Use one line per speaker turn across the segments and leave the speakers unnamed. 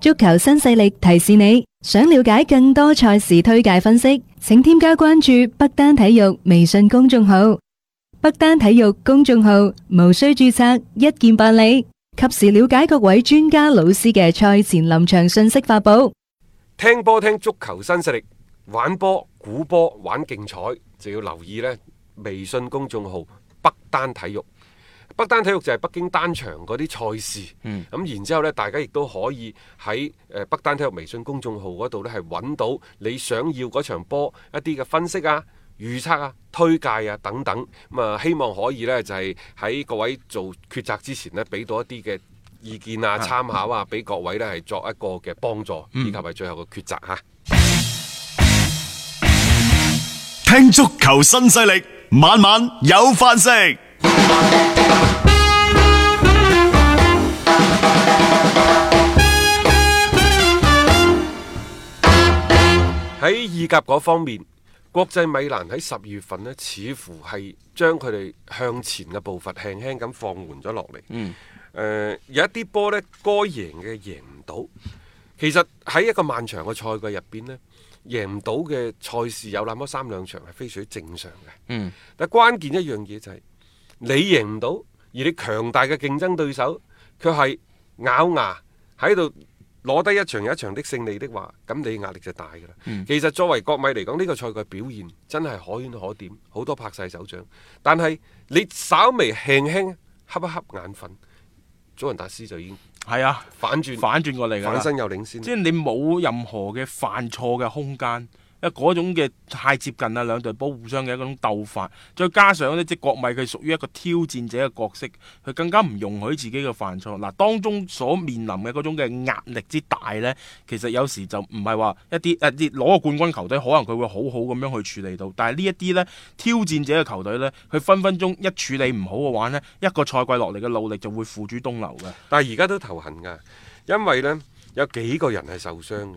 足球新勢力提示你，想了解更多賽事推介分析，請添加關注北單體育微信公眾號。北單體育公眾號無需註冊，一鍵辦理，及時了解各位專家老師嘅賽前臨場信息發布。
聽波聽足球新勢力，玩波估波玩競彩就要留意呢微信公眾號北單體育。北單體育就係北京單場嗰啲賽事，咁、然之後呢，大家亦都可以喺誒北單體育微信公眾號嗰度呢，係揾到你想要嗰場波一啲嘅分析啊、預測啊、推介啊等等。咁、啊，希望可以呢，就係、喺各位做抉擇之前呢，俾到一啲嘅意見啊、參考啊，俾各位呢係作一個嘅幫助，以及係最後嘅抉擇嚇。
听足球新势力，晚晚有饭食。
喺意甲嗰方面，國際米蘭喺十二月份呢，似乎係將佢哋向前嘅步伐輕輕咁放緩咗落嚟。嗯，有一啲波呢，該贏嘅贏唔到。其實喺一個漫長嘅賽季入邊呢，贏唔到嘅賽事有那麼三兩場係非常之正常嘅。嗯，但關鍵一樣嘢就係、你贏唔到，而你強大嘅競爭對手，佢係咬牙喺度攞低一場又一場的勝利的話，咁你壓力就大㗎啦。
嗯
其實作為國米嚟講，呢、個賽季表現真係可圈可點，好多拍晒手掌。但係你稍微輕輕瞌一瞌眼瞓，祖雲達斯就已經
係啊，
反轉
反轉過嚟㗎啦
反身又領先。
即係你冇任何嘅犯錯嘅空間，因為嗰種嘅太接近啦，啊兩隊波互相嘅一種鬥法，再加上呢，即係國米佢屬於一個挑戰者嘅角色，佢更加唔容許自己嘅犯錯。嗱，當中所面臨嘅嗰種嘅壓力之大呢，其實有時就唔係話一啲誒啲攞個冠軍球隊可能佢會好好咁樣去處理到，但係呢一啲呢，挑戰者嘅球隊呢，佢分分鐘一處理唔好嘅話呢，一個賽季落嚟嘅努力就會付諸東流嘅。
但係而家都頭痕㗎，因為呢，有幾個人係受傷嘅，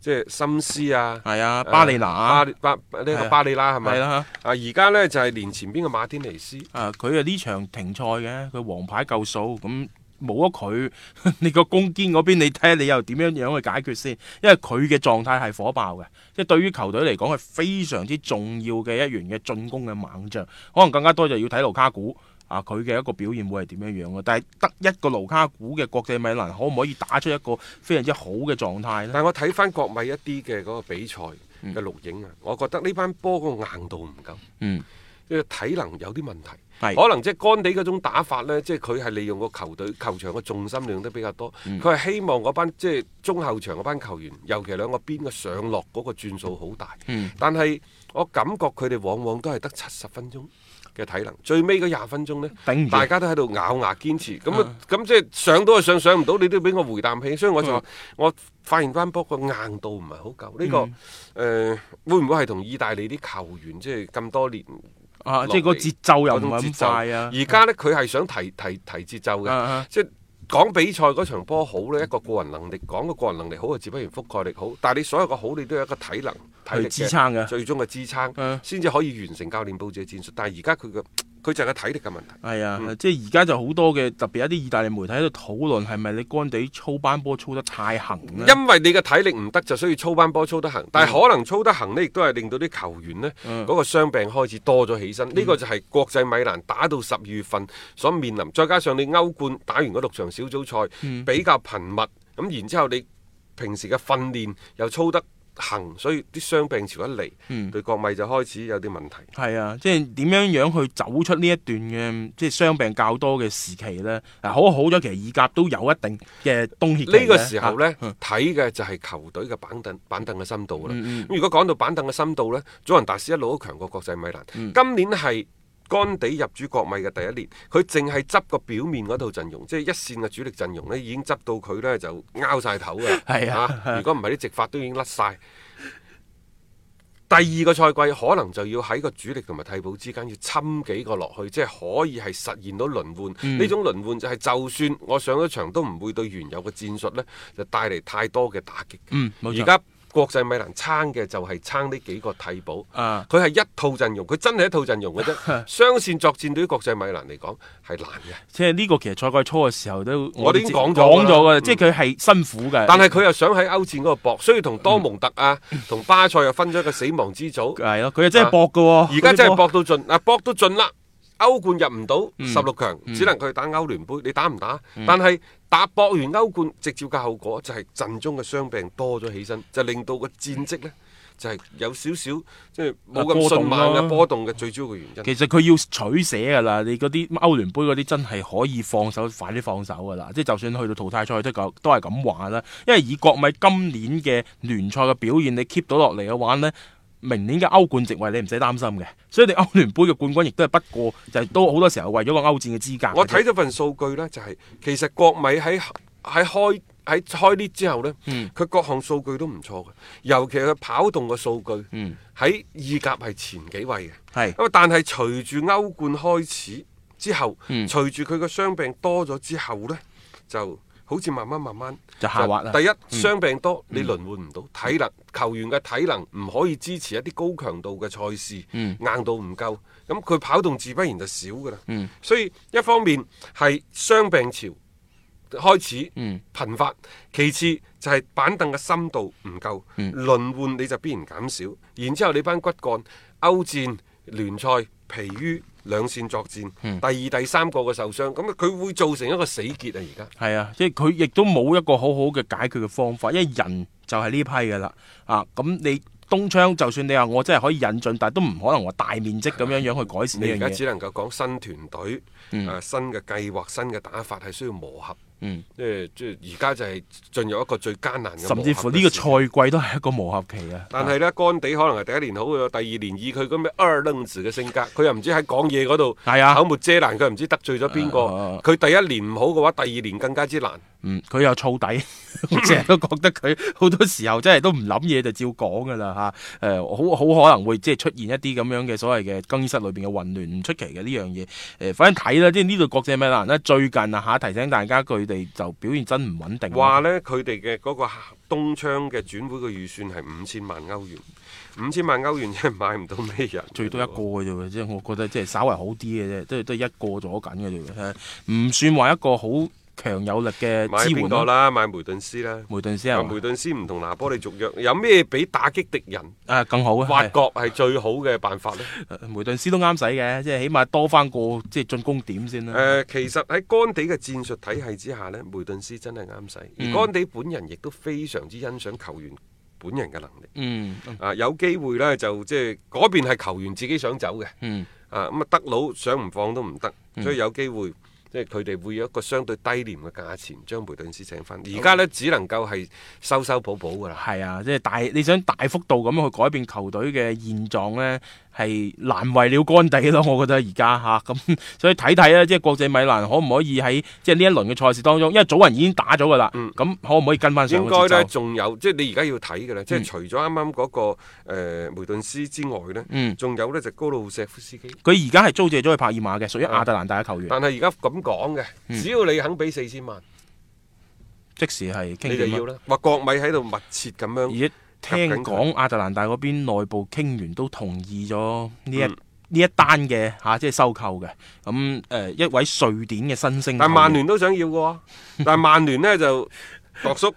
即係心思啊，
係啊
誒
巴利拿啊
巴巴呢
係
個
啊
巴利拉係咪？
係啦
啊，而家呢，就係連前邊嘅馬天尼斯，
啊，佢啊呢場停賽嘅，佢黃牌夠數，咁冇咗佢， 你個攻堅嗰邊你睇下你又點樣樣去解決先？因為佢嘅狀態係火爆嘅，即係對於球隊嚟講係非常之重要嘅一員嘅進攻嘅猛將，可能更加多就要睇盧卡古。啊！佢嘅一個表現會係點樣樣咯？但係得一個盧卡古嘅國際米蘭可唔可以打出一個非常之好嘅狀態呢？
但係我睇翻國米一啲嘅嗰個比賽嘅錄影啊，我覺得呢班波嗰個硬度唔夠，
嗯，
即係體能有啲問題。
係
可能即係干地嗰種打法呢，即係佢係利用個球隊球場嘅重心利用得比較多，
嗯
佢係、希望嗰班即係中後場嗰班球員，尤其兩個邊嘅上落嗰個轉數好大。
嗯
但係我感覺佢哋往往都係得七十分鐘嘅體能，最尾嗰廿分鐘呢，
頂唔住
大家都喺度咬牙堅持。咁啊，咁即係上到就上，上唔到你都俾我回啖氣。所以我
嗯
就話，我發現班波個硬度唔係好夠。呢、個誒、
嗯
會唔會係同意大利啲球員即係咁多年？
啊，即係個節奏又唔係咁快啊！
而家呢，佢係想提提提節奏嘅，
啊啊
即係講比賽嗰場波好呢，一個個人能力講個個人能力好，就自不然覆蓋力好。但係你所有嘅好，你都有一個體能體力
去支撐嘅
最終嘅支撐
啊，
先至可以完成教練布置嘅戰術。但係而家佢嘅佢就係個體力嘅問題。
係啊，
嗯
即係而家就好多嘅，特別一啲意大利媒體喺度討論係咪你干地操班波操得太行咧？
因為你嘅體力唔得，就需要操班波操得行，但係可能操得行呢，亦都係令到啲球員呢嗰、個傷病開始多咗起身。呢、個就係國際米蘭打到十二月份所面臨，再加上你歐冠打完嗰六場小組賽、比較頻密，咁然之後你平時嘅訓練又操得行，所以啲傷病潮一嚟，對國米就開始有啲問題。
係啊，即係點樣樣去走出呢一段嘅即係傷病較多嘅時期咧？嗱，好好咗，其實意甲都有一定嘅冬歇期嘅。
呢個嗯時候呢，
啊
睇嘅就係球隊嘅板凳板凳嘅深度啦。咁、如果講到板凳嘅深度呢，祖雲達斯一路都強過國際米蘭。今年係干地入主國米嘅第一年，佢淨係執個表面嗰套陣容，即係一線嘅主力陣容呢，已經執到佢呢就拗晒頭㗎啦。
係啊
如果唔係啲直髮都已經甩晒。第二個賽季可能就要喺個主力同埋替補之間要侵幾個落去，即係可以係實現到輪換。呢、
嗯
種輪換就係就算我上咗場都唔會對原有嘅戰術呢就帶嚟太多嘅打擊。
嗯冇錯
而家國際米蘭撐嘅就係撐呢幾個替補。
啊，
佢係一套陣容，佢真係一套陣容嘅 啫。雙線作戰對於國際米蘭嚟講係難嘅，
啊即係呢個其實賽季初嘅時候都
我哋已經講咗㗎
講咗
啦
㗎，
嗯
即係佢係辛苦嘅。
但係佢又想喺歐戰嗰度搏，所以同多蒙特 啊、同巴塞又分咗一個死亡之組。
係咯，佢又真係搏嘅喎。
啊而家真係
哦佢啲
搏
波
到盡，嗱搏到盡啦。歐冠入唔到
嗯
十六強，
嗯
只能佢打歐聯杯。你打唔打？但係打搏完歐冠，直接嘅後果就係陣中嘅傷病多咗起身，就令到個戰績呢，就係有少少即係冇咁迅猛
啊波動啦
嘅波動嘅最主要嘅原因。
其實佢要取捨㗎啦，你嗰啲歐聯杯嗰啲真係可以放手，快啲放手㗎啦。即係就算去到淘汰賽都咁都係咁話啦。因為以國米今年嘅聯賽嘅表現，你 keep 到落嚟嘅話呢，明年嘅歐冠席位你唔使擔心嘅。所以你歐聯杯嘅冠軍亦都係不過就係都好多時候為咗個歐戰嘅資格嘅啫。
我睇咗份數據呢，就係、其實國米喺喺開喺開呢之後呢，佢、
嗯
各項數據都唔錯嘅，尤其係佢跑動嘅數據
嗯
喺意甲係前幾位嘅。
係
咁啊但係隨住歐冠開始之後，
嗯
隨住佢嘅傷病多咗之後呢，就好似慢慢慢慢
就下滑啦嗯
第一傷病多，你輪換唔到體能，球員嘅體能唔可以支持一啲高強度嘅賽事，
嗯
硬度唔夠，咁佢跑動自不然就少噶啦。
嗯
所以一方面係傷病潮開始
嗯
頻發，其次就係板凳嘅深度唔夠，
嗯
輪換你就必然減少，然之後你班骨幹歐戰聯賽疲於兩線作戰，
嗯
第二、第三個嘅受傷，咁佢會造成一個死結啊！而家
係啊，即係佢亦都冇一個好好嘅解決嘅方法，因為人就係呢批嘅啦。啊，咁你東窗就算你話我真係可以引進，但係都唔可能話大面積咁樣樣去改善
你而
呢
家
樣嘢。
只能夠講新團隊、
嗯
啊新嘅計劃、新嘅打法係需要磨合，
嗯，
即係即係而家就係進入一個最艱難嘅磨合
甚
嘅
至乎呢個
時
賽
期
季都係一個磨合期 啊。
但
啊
係呢，干地可能係第一年好嘅，第二年以佢咁嘅二愣子嘅性格，佢又唔知喺講嘢嗰度
係啊
口沒遮攔，佢又唔知得罪咗邊
啊
個。佢第一年唔好嘅話，第二年更加之難。
嗯，佢又 燥底，我成日都覺得佢好多時候真係都唔諗嘢就照講噶啦嚇。誒、好好可能會即係出現一啲咁樣嘅所謂嘅更衣室裏邊嘅混亂，唔出奇嘅呢樣嘢。誒、反正睇啦，即係呢度國際米蘭呢，最近啊嚇提醒大家佢哋就表現真唔穩定。
話呢，佢哋嘅嗰個東窗嘅轉會嘅預算係五千萬歐元，五千萬歐元真係買唔到咩人，
最多一個嘅啫喎，即係我覺得即係稍為好啲嘅啫，都都係一個咗緊嘅啫喎，唔算話一個好強有力
買
嘅支
邊
援
個
咯。
啦？買梅頓斯啦。
梅頓先
啊
係
梅
嘛
頓斯唔同拿波利續約，有咩比打擊敵人
啊，更好嘅
挖
係
角係最好嘅辦法呢？
梅頓斯都啱使嘅，即係起碼多翻個即係進攻點先
誒、
啦。
其實喺干地嘅戰術體系之下呢，梅頓斯真係啱使，
嗯
而干地本人亦都非常之欣賞球員本人嘅能力。
嗯
啊，有機會呢，就即係嗰邊係球員自己想走嘅，
嗯
啊咁啊德佬想唔放都唔得，所以有機會即係佢哋會有一個相對低廉嘅價錢將梅頓斯請翻。而家呢，只能夠係收收補補㗎啦。
係啊，即係大你想大幅度咁樣去改變球隊嘅現狀呢，係難為了干地咯。我覺得而家吓咁， 所以睇睇啊啦，即係國際米蘭可唔可以喺即係呢一輪嘅賽事當中，因為早雲已經打咗噶啦，
嗯
咁、可唔可以跟翻上
應
個
該
節
呢，
奏？
仲有即係你而家要睇嘅啦，即係
嗯
除咗啱啱嗰個誒、呃梅頓斯之外呢，
嗯。
仲有呢就高路石夫斯基。
佢而家係租借咗去帕爾馬嘅，屬於
啊
亞特蘭大嘅球員，
但係而家咁講嘅，
嗯
只要你肯俾四千萬，
即時係傾
你就
掂
要
啦。
啦。話國米喺度密切咁
而
樣，
且聽講亞特蘭大嗰邊內部傾完都同意咗呢一
嗯
呢一單嘅嚇，即係收購嘅。咁誒、呃一位瑞典嘅新星，
但曼聯都想要嘅喎。但係曼聯呢 就郭叔，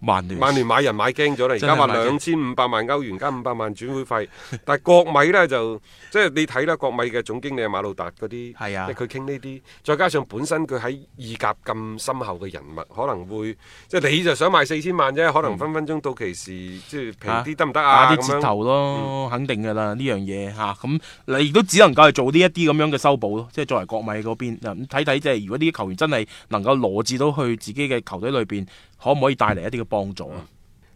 曼聯，
曼聯買人買驚咗啦，而
真
家
係
話
買
兩千五百萬歐元加五百萬轉會費， 但係國米呢，就即係你睇啦，國米嘅總經理係馬魯達嗰啲，
係啊
即係佢傾呢啲，再加上本身佢喺意甲咁深厚嘅人脈，可能會即係你就想賣四千萬啫，可能分分鐘到期時即係平啲得唔得啊？
嗯
咁
打啲折
樣嗯
頭咯，肯定㗎啦呢樣嘢嚇。咁、你亦都只能夠係做呢一啲咁樣嘅修補咯，即係作為國米嗰邊咁睇睇，即係如果呢啲球員真係能夠羅致到去自己嘅球隊裏邊，可唔可以帶嚟一啲嘅幫助啊？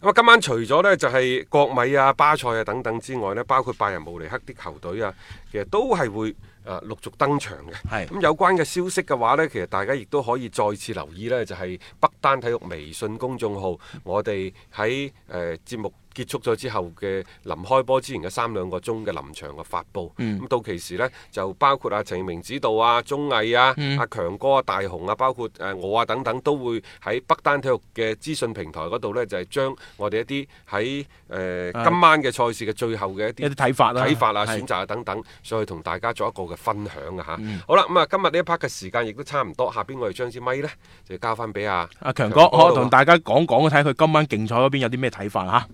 咁啊，今晚除咗呢就係國米啊、巴塞啊等等之外呢，包括拜仁慕尼黑啲球隊啊，其實都係會啊陸續登場嘅。
係
咁有關嘅消息嘅話呢，其實大家亦都可以再次留意呢，就係、北單體育微信公眾號，我哋喺誒節目。結束咗之後嘅臨開波之前嘅三兩個鐘嘅臨場嘅發布，咁、
嗯
到其時呢，就包括阿陳奕明指導啊、鐘毅啊、
嗯
阿、強哥啊、大雄啊，包括誒、呃我啊等等，都會喺北單體育嘅資訊平台嗰度呢，就係、將我哋一啲喺誒今晚嘅賽事嘅最後嘅一
啊一
啲
啲睇法啦，
睇法啊、
係嗯
選擇啊等等，所以同大家做一個嘅分享啊嚇。好啦，咁啊，今日呢一 part 嘅時間亦都差唔多，下邊我哋將支咪呢，就交翻俾啊阿
阿強哥，我
啦
同
喎
大家講講，睇佢今晚競賽嗰邊有啲咩睇法啊吓。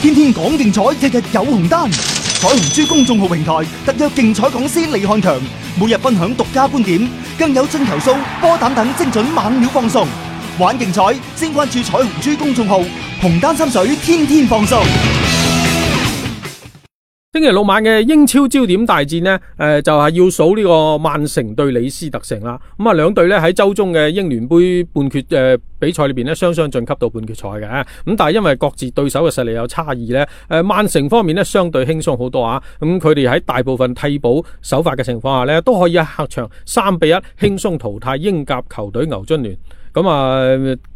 天天講競彩，日日有紅單。彩虹珠公眾號平台特約競彩講師李漢強，每日分享獨家觀點，更有進球數、波膽等精準猛料放送。玩競彩，先關注彩虹珠公眾號，紅單心水，天天放送。
星期六晚嘅英超焦點大戰呢，誒、呃就係、要數呢個曼城對李斯特城啦。咁啊，兩隊呢喺周中嘅英聯杯半決誒、呃比賽裏邊呢，雙雙晉級到半決賽嘅。咁但係因為各自對手嘅實力有差異呢，誒、呃曼城方面呢相對輕鬆好多啊。咁佢哋喺大部分替補首發嘅情況下呢，都可以喺客場三比一輕鬆淘汰英甲球隊牛津聯。咁啊，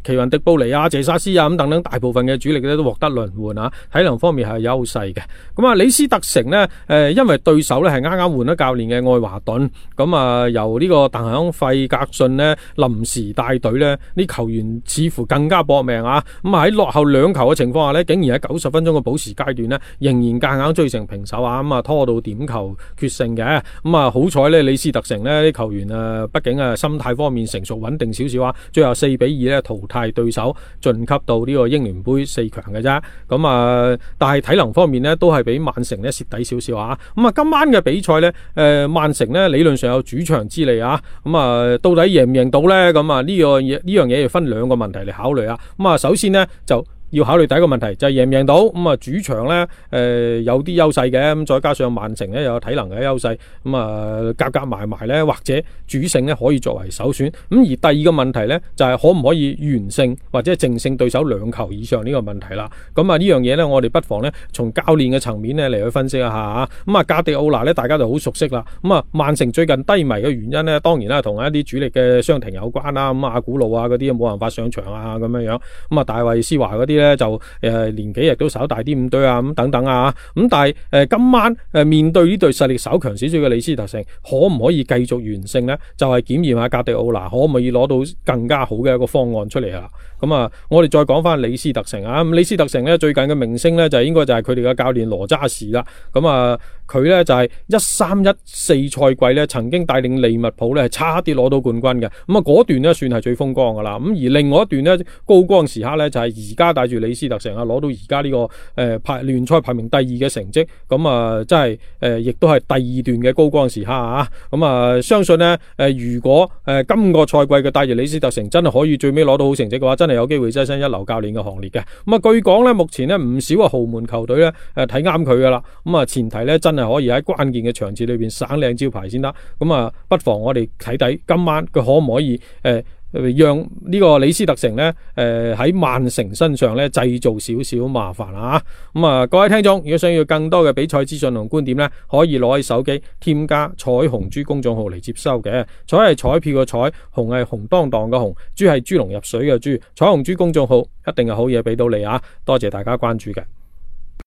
奇雲迪布尼啊、謝沙斯啊咁等等，大部分嘅主力咧都獲得輪換啊，體能方面係有優勢嘅。咁啊，李斯特城呢，誒、因為對手咧係啱啱換咗教練嘅愛華頓，咁啊由呢個鄧肯費格遜呢臨時帶隊呢，啲球員似乎更加搏命啊！咁啊喺落後兩球嘅情況下呢，竟然喺九十分鐘嘅補時階段呢，仍然夾硬追成平手啊！咁啊拖到點球決勝嘅。咁啊好彩呢，李斯特城呢啲球員啊，畢竟啊心態方面成熟穩定少少啊，最後四比二呢淘汰對手，晉級到呢個英聯杯四強嘅啫。咁啊，但係體能方面呢，都係比曼城呢蝕底少少啊。咁啊，今晚嘅比賽呢，誒、曼城呢理論上有主場之利啊。咁啊，到底贏唔贏到呢？咁啊，呢樣嘢呢樣嘢要分兩個問題嚟考慮啊。咁啊，首先呢，就要考慮第一個問題就係贏唔贏到，咁啊主場呢，誒、有啲優勢嘅，咁再加上曼城呢有體能嘅優勢，咁啊夾夾埋埋呢，或者主勝呢可以作為首選。咁而第二個問題呢，就係、可唔可以完勝或者淨勝對手兩球以上呢個問題啦。咁啊呢樣嘢呢，我哋不妨呢從教練嘅層面呢嚟去分析一下嚇。咁啊加迪奧拿呢，大家就好熟悉啦。咁啊曼城最近低迷嘅原因呢，當然啦同一啲主力嘅傷停有關啦。咁啊阿古路啊嗰啲冇辦法上場啊咁樣樣。咁啊大衛斯華嗰啲咧就誒、呃年紀亦都稍大啲咁堆啊咁等等啊咁但係誒、呃今晚誒、呃面對呢隊實力稍強少少嘅李斯特城，可唔可以繼續完勝呢？就係、檢驗下格迪奧拿可唔可以攞到更加好嘅一個方案出嚟啊！咁啊，我哋再講翻李斯特城啊，咁李斯特城呢，最近嘅明星呢，就應該就係佢哋嘅教練羅渣士啦。咁啊，佢呢，就係一三一四賽季呢，曾經帶領利物浦呢，係差啲攞到冠軍嘅。咁啊，嗰段呢，算係最風光噶啦。咁而另外一段呢，高光時刻呢，就係而家帶住李斯特城啊，攞到而家呢個誒排、聯賽排名第二嘅成績。咁啊，真係誒、呃亦都係第二段嘅高光時刻啊。咁啊，相信呢，誒、如果誒、呃今個賽季嘅帶住李斯特城真係可以最尾攞到好成績嘅話，真係有機會躋身一流教練嘅行列嘅。咁啊，據講呢，目前呢唔少嘅豪門球隊呢，誒睇啱佢噶啦。咁啊，前提呢，真係可以喺關鍵嘅場次裏邊省靚招牌先得。咁啊，不妨我哋睇睇今晚佢可唔可以誒？呃讓呢個李斯特城呢，誒、喺曼城身上呢製造少少麻煩啊！咁、啊，各位聽眾，如果想要更多嘅比賽資訊同觀點呢，可以攞起手機添加彩虹豬公眾號嚟接收嘅。彩係彩票嘅彩，紅係紅當當嘅紅，豬係豬籠入水嘅豬。彩虹豬公眾號一定係好嘢俾到你啊！多謝大家關注嘅。